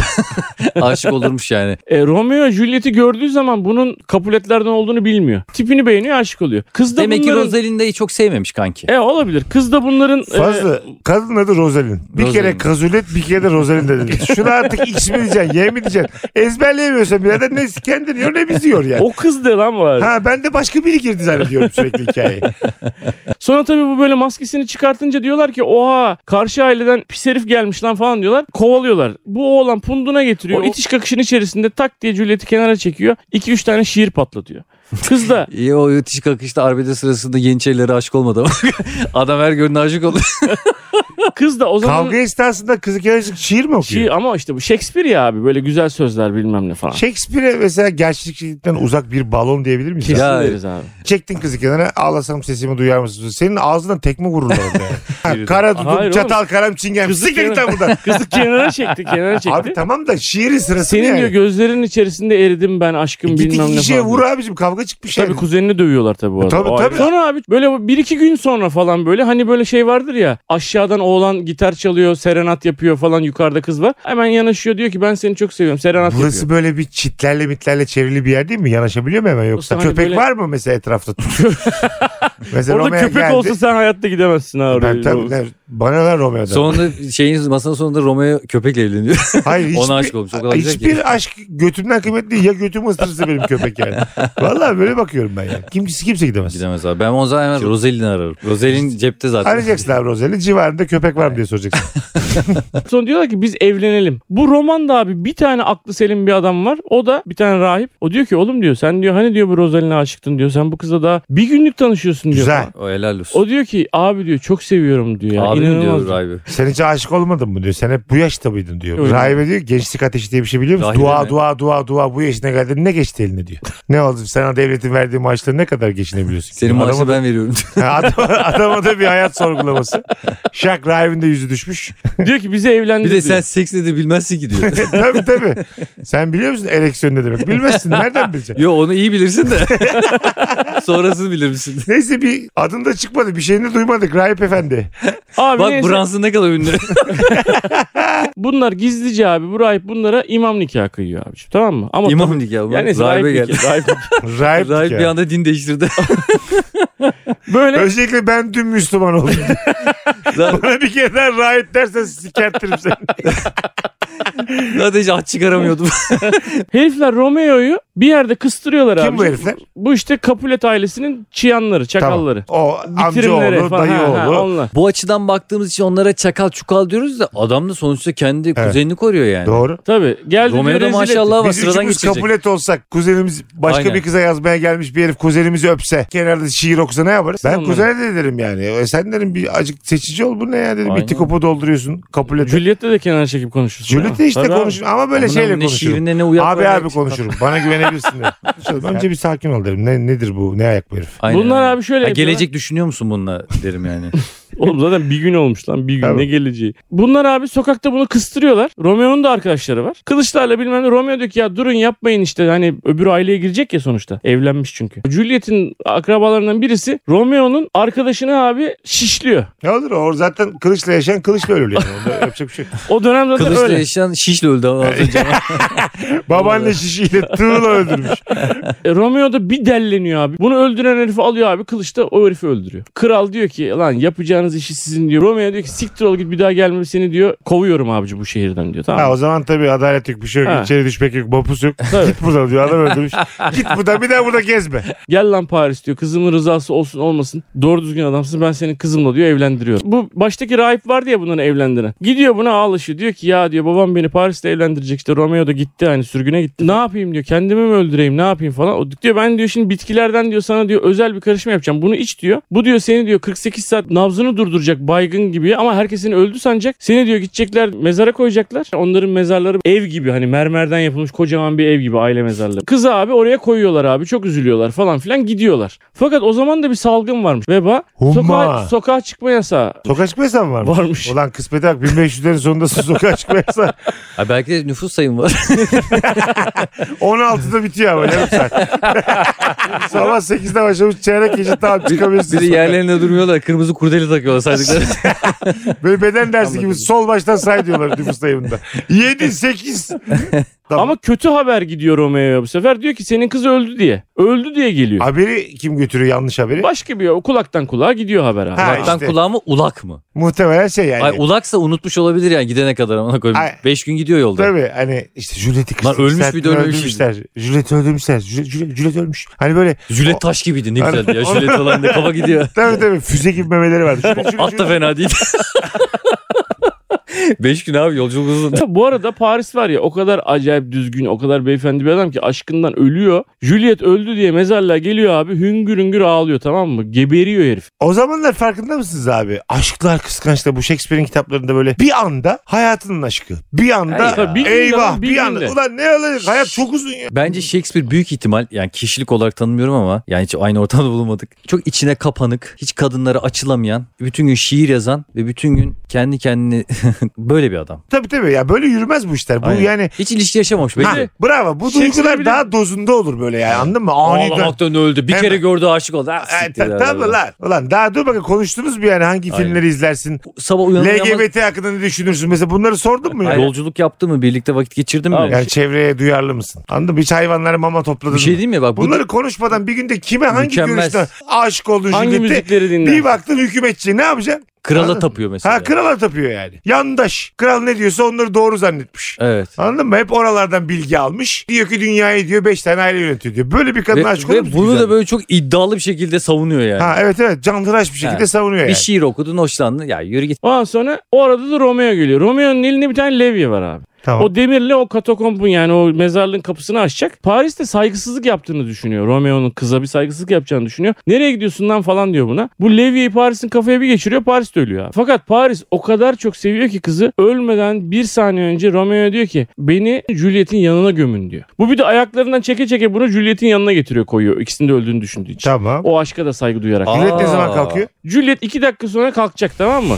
aşık olurmuş yani. E, Romeo Juliet'i gördüğü zaman bunun kapuletlerden olduğunu bilmiyor. Tipini beğeniyor aşık oluyor. Kız da Demek ki bunların... Rosalinda'yı çok sevmemiş kanki. E olabilir. Kız da bunların... e, Fazla. Kadın adı Rosalin. Bir Rosalind. kere Kazulet bir kere de Rosalin dedi. Şuna artık X mi diyeceksin, Y mi diyeceksin? Ezberleyemiyorsan birader ne kendini yiyor ne bizi yiyor yani. E, o kız da lan var. Ha ben de başka biri girdi zannediyorum sürekli hikayeyi. Sonra tabii bu böyle maskesini çıkartınca diyorlar ki oha karşı aileden pis herif gelmiş lan falan diyorlar. Kovalıyorlar. Bu oğlan punduna getiriyor. O itiş kakışın içerisinde tak diye Juliet'i kenara çekiyor. 2-3 tane şiir patlatıyor. Kız da İyi o yetiş kakışta arbede sırasında yeniçerilere aşık olmadı ama adam her gördüğüne aşık oldu. kız da o zaman Kavga esnasında kızı kerecik şiir mi okuyor? Şi- ama işte bu Shakespeare ya abi böyle güzel sözler bilmem ne falan. Shakespeare mesela gerçeklikten uzak bir balon diyebilir miyiz? Kesin Ya- deriz abi. Çektin kızı kenara ağlasam sesimi duyar mısın? Senin ağzından tekme vururlar orada. yani. Ha, kara dudum, Hayır oğlum. çatal, karam, çingem. Kızı Siktir git lan buradan. Kızı kenara çekti kenara çekti. Abi tamam da şiirin sırası Senin ne yani? E diyor gözlerinin içerisinde eridim ben aşkım Git bilmem iki ne kişiye falan. vur abicim kavga çıkmış Tabii yani. kuzenini dövüyorlar tabii bu Şey arada. E, Tabii, O ayrı. tabii. Sonra abi böyle bir iki gün sonra falan böyle hani böyle şey vardır ya aşağıdan oğlan gitar çalıyor serenat yapıyor falan yukarıda kız var. Hemen yanaşıyor diyor ki ben seni çok seviyorum serenat yapıyor. Burası böyle bir çitlerle mitlerle çevrili bir yer değil mi? Yanaşabiliyor mu hemen yoksa? Burası hani Köpek böyle- var mı mesela etrafta? mesela Orada Romeo köpek geldi. olsa sen hayatta gidemezsin ha oraya. Ben tabii, ben- bana lan Romeo'dan. Sonunda şeyin masanın sonunda Romeo köpekle evleniyor. Hayır, hiçbir, Ona aşık olmuş. O kadar güzel ki. hiçbir aşk götümden kıymetli değil. Ya götüm ısırırsa benim köpek yani. Vallahi böyle bakıyorum ben yani. Kimse, kimse gidemez. Gidemez abi. Ben o zaman hemen Rosalin'i ararım. Roselin cepte zaten. Arayacaksın abi Rozel'i. Civarında köpek var mı diye soracaksın. Sonra diyorlar ki biz evlenelim. Bu romanda abi bir tane aklı selim bir adam var. O da bir tane rahip. O diyor ki oğlum diyor sen diyor hani diyor bu Rosalin'e aşıktın diyor. Sen bu kızla daha bir günlük tanışıyorsun diyor. Güzel. falan. O helal olsun. O diyor ki abi diyor çok seviyorum diyor ya. Abi mi İnanılmaz. diyor abi. Sen hiç aşık olmadın mı diyor. Sen hep bu yaşta mıydın diyor. Öyle. Rahibe diyor ki, gençlik ateşi diye bir şey biliyor musun? Rahibe dua mi? dua dua dua bu yaşına geldin ne geçti eline diyor. Ne oldu sana devletin verdiği maaşla ne kadar geçinebiliyorsun? Senin Adama maaşı da- ben veriyorum. Adama, adama da bir hayat sorgulaması. Şak rahibin de yüzü düşmüş. diyor ki bizi evlendir bir de diyor. sen seks nedir bilmezsin ki diyor. tabii tabii. Sen biliyor musun ereksiyon ne demek? Bilmezsin. Nereden bileceksin? Yo onu iyi bilirsin de. Sonrasını bilir misin? Neyse bir adın da çıkmadı. Bir şeyini de duymadık Rahip Efendi. Abi Bak neyse, Brunson ne kadar ünlü. bunlar gizlice abi bu rahip bunlara imam nikahı kıyıyor abiciğim tamam mı? Ama İmam nikahı. yani Yani neyse, Rahibe geldi. nikahı, rahip nikahı. Rahip, Rahip bir ya. anda din değiştirdi. Böyle Özellikle ben dün Müslüman oldum. Bana bir kere daha rahip dersen sikertirim seni. Zaten hiç aç çıkaramıyordum. herifler Romeo'yu bir yerde kıstırıyorlar abi. Kim bu herifler? Bu işte Capulet ailesinin çıyanları, çakalları. O Bitirimleri amcaoğlu, falan. Ha, ha, dayıoğlu. onlar. Bu açıdan baktığımız için onlara çakal çukal diyoruz da adam da sonuçta kendi kuzenini koruyor yani. Doğru. Tabii. Geldi diyor, Romeo'da rezil maşallah etti. var Biz sıradan üçümüz geçecek. kapulet olsak kuzenimiz başka Aynen. bir kıza yazmaya gelmiş bir herif kuzenimizi öpse kenarda şiir okusa ne yaparız? Ben Anladım. kuzene de derim yani. E, sen derim bir acık seçici ol bu ne ya dedim. Aynen. İti kopu dolduruyorsun kapulete. Juliet'le de kenara çekip konuşursun. Juliet'e işte Tabii abi. konuşurum ama böyle Aman şeyle abi, ne konuşurum. şiirine ne uyak var Abi ya. abi konuşurum. Bana güvenebilirsin derim. Konuşalım. Önce bir sakin ol derim. Ne, nedir bu? Ne ayak bu herif? Aynen, Bunlar aynen. abi şöyle Ha, yapıyorlar. gelecek düşünüyor musun bununla derim yani. Oğlum zaten bir gün olmuş lan bir gün Tabii. ne geleceği. Bunlar abi sokakta bunu kıstırıyorlar. Romeo'nun da arkadaşları var. Kılıçlarla bilmem ne Romeo diyor ki ya durun yapmayın işte hani öbür aileye girecek ya sonuçta. Evlenmiş çünkü. Juliet'in akrabalarından birisi Romeo'nun arkadaşını abi şişliyor. Ne olur o zaten kılıçla yaşayan kılıçla ölür yani. Onda yapacak bir şey. yok. O dönem zaten Kılıçla öyle. yaşayan şişle öldü ama az önce. Babaanne şişiyle tığla öldürmüş. E, Romeo da bir delleniyor abi. Bunu öldüren herifi alıyor abi kılıçla o herifi öldürüyor. Kral diyor ki lan yapacağınız işi sizin diyor. Romeo diyor ki siktir ol git bir daha gelme seni diyor. Kovuyorum abici bu şehirden diyor. Tamam. mı? Ha, o zaman tabii adalet yok bir şey yok. Ha. İçeri düşmek yok. Mapus yok. Tabii. Git buradan diyor. Adam öldürmüş. Git buradan bir daha burada gezme. Gel lan Paris diyor. Kızımın rızası olsun olmasın. Doğru düzgün adamsın. Ben senin kızımla diyor evlendiriyorum. Bu baştaki rahip vardı ya bunları evlendiren. Gidiyor buna ağlaşıyor. Diyor ki ya diyor babam beni Paris'te evlendirecek. İşte Romeo da gitti hani sürgüne gitti. Ne yapayım diyor. Kendimi mi öldüreyim ne yapayım falan. O diyor ben diyor şimdi bitkilerden diyor sana diyor özel bir karışma yapacağım. Bunu iç diyor. Bu diyor seni diyor 48 saat nabzını durduracak baygın gibi ama herkes seni öldü sanacak. Seni diyor gidecekler mezara koyacaklar. Onların mezarları ev gibi hani mermerden yapılmış kocaman bir ev gibi aile mezarları. Kızı abi oraya koyuyorlar abi çok üzülüyorlar falan filan gidiyorlar. Fakat o zaman da bir salgın varmış veba. Humma. Sokağa, sokağa çıkma yasağı Sokağa çıkma yasağı mı varmış? varmış. Ulan kısmete bak 1500'lerin sonunda sokağa çıkma yasağı. Ha, belki de nüfus sayım var. 16'da bitiyor ama yarım saat. Sabah 8'de başlamış çeyrek gece tamam çıkabilirsin. Biri yerlerinde durmuyorlar. Kırmızı kurdele takıyorlar saydıkları. Böyle beden dersi gibi Anladım. sol baştan say diyorlar nüfus dayımında. 7, 8. Ama kötü haber gidiyor Romeo'ya bu sefer. Diyor ki senin kız öldü diye. Öldü diye geliyor. Haberi kim götürüyor yanlış haberi? Başka bir kulaktan kulağa gidiyor haber abi. Ha, Kulaktan işte. kulağa mı ulak mı? Muhtemelen şey yani. Ay ulaksa unutmuş olabilir yani gidene kadar ona koyayım. Ay. 5 gün gidiyor yolda. Tabii hani işte Juliet'i Lan kıstırmışlar. ölmüş bir de ölmemiş öldürmüşler. Juliet'i öldürmüşler. Juliet, Juliet, Juliet ölmüş. Hani böyle Jület taş gibiydi ne Aynen. güzeldi ya. Jület alan da kafa gidiyor. tabii tabii füze gibi memeleri vardı. Juliet, Juliet, At da Juliet. fena değil. Beş gün abi yolculuk uzun. Ya Bu arada Paris var ya o kadar acayip düzgün, o kadar beyefendi bir adam ki aşkından ölüyor. Juliet öldü diye mezarlığa geliyor abi hüngür hüngür ağlıyor tamam mı? Geberiyor herif. O zamanlar farkında mısınız abi? Aşklar kıskançlar bu Shakespeare'in kitaplarında böyle bir anda hayatının aşkı. Bir anda Ay ya. Bir günde eyvah lan, bir, bir anda. günde. Ulan ne olacak? Hayat çok uzun ya. Bence Shakespeare büyük ihtimal yani kişilik olarak tanımıyorum ama yani hiç aynı ortamda bulunmadık. Çok içine kapanık, hiç kadınlara açılamayan, bütün gün şiir yazan ve bütün gün kendi kendini böyle bir adam. Tabii tabii ya böyle yürümez bu işler. Bu Aynen. yani Hiç ilişki yaşamamış Ha, belli. bravo bu Shakespeare duygular bile- daha dozunda olur böyle yani anladın mı? Aniden. Ağlamaktan öldü. Bir Hemen. kere gördü aşık oldu. Ha, E, siktir ta- herhalde. Tabii lan. Ulan daha dur bakın konuştunuz mu yani hangi Aynen. filmleri izlersin? Sabah uyanır uyanmaz- LGBT hakkında ne düşünürsün? Mesela bunları sordun mu ya? Hayır. Yolculuk yaptı mı? Birlikte vakit geçirdi mi? Abi, Yani çevreye duyarlı mısın? Anladın mı? Hiç hayvanlara mama topladın bir şey mı? diyeyim mi? Bak bu Bunları konuşmadan bir günde kime hangi Mükemmel. görüşten aşık olduğun Hangi Juliet'e müzikleri dinler? bir baktın hükümetçi ne yapacaksın? krala Anladın? tapıyor mesela. Ha krala tapıyor yani. Yandaş. Kral ne diyorsa onları doğru zannetmiş. Evet. Anladın mı? Hep oralardan bilgi almış. Diyor ki dünyayı diyor 5 tane aile yönetiyor diyor. Böyle bir kadın Ve, aşık ve olur musun bunu güzel? da böyle çok iddialı bir şekilde savunuyor yani. Ha evet evet cantıraş bir şekilde Evet. savunuyor yani. Bir şey- şiir okudun hoşlandın. Ya yürü git. Ondan sonra o arada da Romeo geliyor. Romeo'nun elinde bir tane levye var abi. Tamam. O demirle o katakombun yani o mezarlığın kapısını açacak. Paris'te saygısızlık yaptığını düşünüyor. Romeo'nun kıza bir saygısızlık yapacağını düşünüyor. Nereye gidiyorsun lan falan diyor buna. Bu Levy'yi Paris'in kafaya bir geçiriyor Paris de ölüyor abi. Fakat Paris o kadar çok seviyor ki kızı ölmeden bir saniye önce Romeo diyor ki beni Juliet'in yanına gömün diyor. Bu bir de ayaklarından çeke çeke bunu Juliet'in yanına getiriyor koyuyor. İkisinin de öldüğünü düşündüğü için. Tamam. O aşka da saygı duyarak. Aa. Millet ne zaman kalkıyor? Juliet iki dakika sonra kalkacak tamam mı?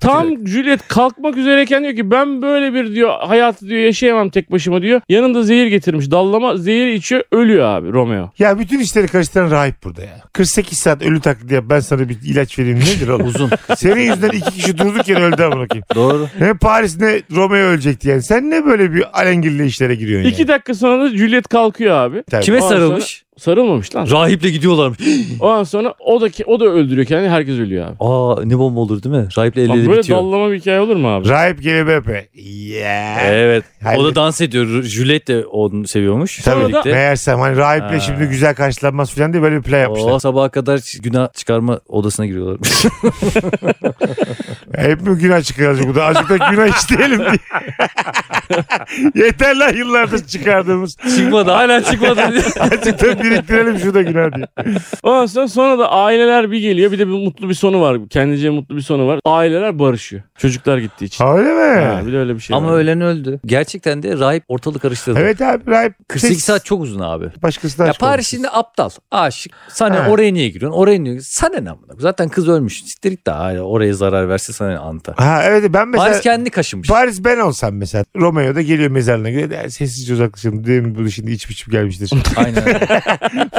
Tam Juliet kalkmak üzereyken diyor ki ben böyle bir diyor hayatı diyor yaşayamam tek başıma diyor. Yanında zehir getirmiş dallama zehiri içiyor ölüyor abi Romeo. Ya bütün işleri karıştıran rahip burada ya. 48 saat ölü taklidi yap ben sana bir ilaç vereyim nedir oğlum? Uzun. Senin yüzünden iki kişi durduk yere öldü amına koyayım. Doğru. Ne Paris ne Romeo ölecekti yani. Sen ne böyle bir alengirli işlere giriyorsun İki dakika sonra da Juliet kalkıyor abi. yani? Kime Ondan sarılmış? Sarılmamış lan. Rahiple gidiyorlarmış. O an sonra o da o da öldürüyor kendini herkes ölüyor abi. Aa ne bomba olur değil mi? Rahiple el Lan ele böyle bitiyor. dallama bir hikaye olur mu abi? Rahip geliyor böyle öpe. Yeah. Evet. Halbuki- O da dans ediyor. Juliet de onu seviyormuş. Tabii. Birlikte. Meğersem hani rahiple Ha. şimdi güzel karşılanmaz falan diye böyle bir play yapmışlar. O sabaha kadar günah çıkarma odasına giriyorlar. Hep mi günah çıkaracak bu da? Azıcık da günah işleyelim diye. Yeter lan yıllardır çıkardığımız. çıkmadı hala çıkmadı. Azıcık da biriktirelim şurada günah diye. Ondan sonra, sonra da aileler bir geliyor bir de bir mutlu bir sonu var. Kendince mutlu bir sonu var. Aileler barışıyor. Çocuklar gittiği için. Ha, Öyle mi? Ha, bir de öyle bir şey Ama var. ölen öldü. Gerçekten de rahip ortalık karıştırdı. Evet abi rahip. şey 48 Ses- saat çok uzun abi. Başkasına Ya aşık Paris olmuş. şimdi aptal, aşık. Sana Ha. oraya niye giriyorsun? Oraya niye giriyorsun? Sana ne amına? Zaten kız ölmüş. Siktir git de hala oraya zarar verse sana ne anta. Ha evet ben mesela. Paris Paris, kendi kaşımış. ben olsam mesela. Romeo da geliyor mezarına göre. "Ya Sessizce uzaklaşalım. Demin bu şimdi içip içip gelmiştir. Aynen.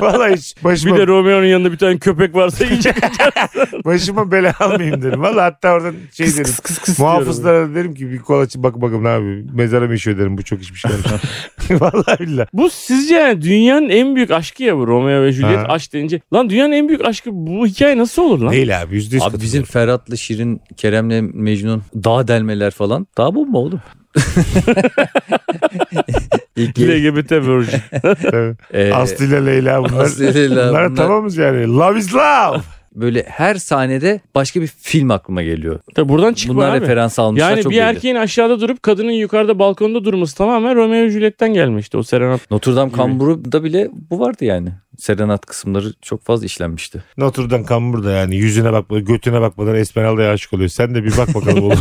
Vallahi hiç Bir başıma, de Romeo'nun yanında bir tane köpek varsa iyice. başıma bela almayayım derim. Vallahi hatta oradan şey Kıs derim. kıs kıs kıs diyorum. Muhafızlara derim ki bir kol açıp bak bakalım ne abi. Mezara mı işiyor derim. Bu çok içmiş galiba. Vallahi billahi. bu sizce yani dünyanın en büyük aşkı ya bu Romeo ve Juliet Ha. aşk deyince. Lan dünyanın en büyük aşkı bu hikaye nasıl olur lan? Değil abi yüzde yüz Abi bizim Ferhat'la Şirin, Kerem'le Mecnun dağ delmeler falan. Dağ bomba oğlum. İlk LGBT virgin. katılıyorum. Ee, Aslı ile Leyla bunlar. Aslı ile Leyla bunlar, bunlar. tamamız yani. Love is love. böyle her sahnede başka bir film aklıma geliyor. Tabii buradan çıkma Bunlar abi. referans almışlar Yani çok bir belli. erkeğin aşağıda durup kadının yukarıda balkonda durması tamamen Romeo ve Juliet'ten gelmişti o serenat. Notre Dame gibi. kamburu'da bile bu vardı yani. Serenat kısımları çok fazla işlenmişti. Notre Dame kambur da yani yüzüne bakmadan götüne bakmadan Esmeralda'ya aşık oluyor. Sen de bir bak bakalım olur.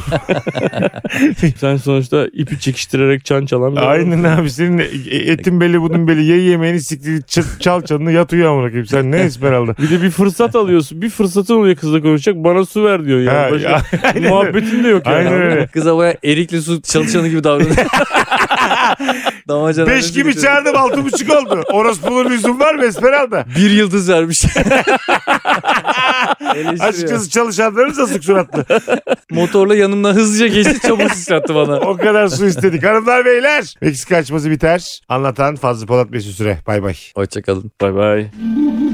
Sen sonuçta ipi çekiştirerek çan çalan bir Aynen abi senin e, etin belli bunun belli ye yemeğini siktir çık çal çanını yat uyu amına koyayım. Sen ne Esmeralda? Bir de bir fırsat alıyorsun. Bir fırsatın oluyor kızla konuşacak. Bana su ver diyor yani. Ha, Başka ya, aynen. muhabbetin de yok yani. Aynen öyle. Kıza baya erikli su çalışanı gibi davranıyor. Damacana Beş gibi çağırdım altı buçuk oldu. Orospu'nun lüzum var mı Esmeralda? Bir yıldız vermiş. Açıkçası çalışanlarımız asık suratlı. Motorla yanımdan hızlıca geçti çabuk sıçrattı bana. O kadar su istedik. Hanımlar beyler. Meksika açması biter. Anlatan Fazlı Polat Mesut Süre. Bay bay. Hoşçakalın. Bay bay.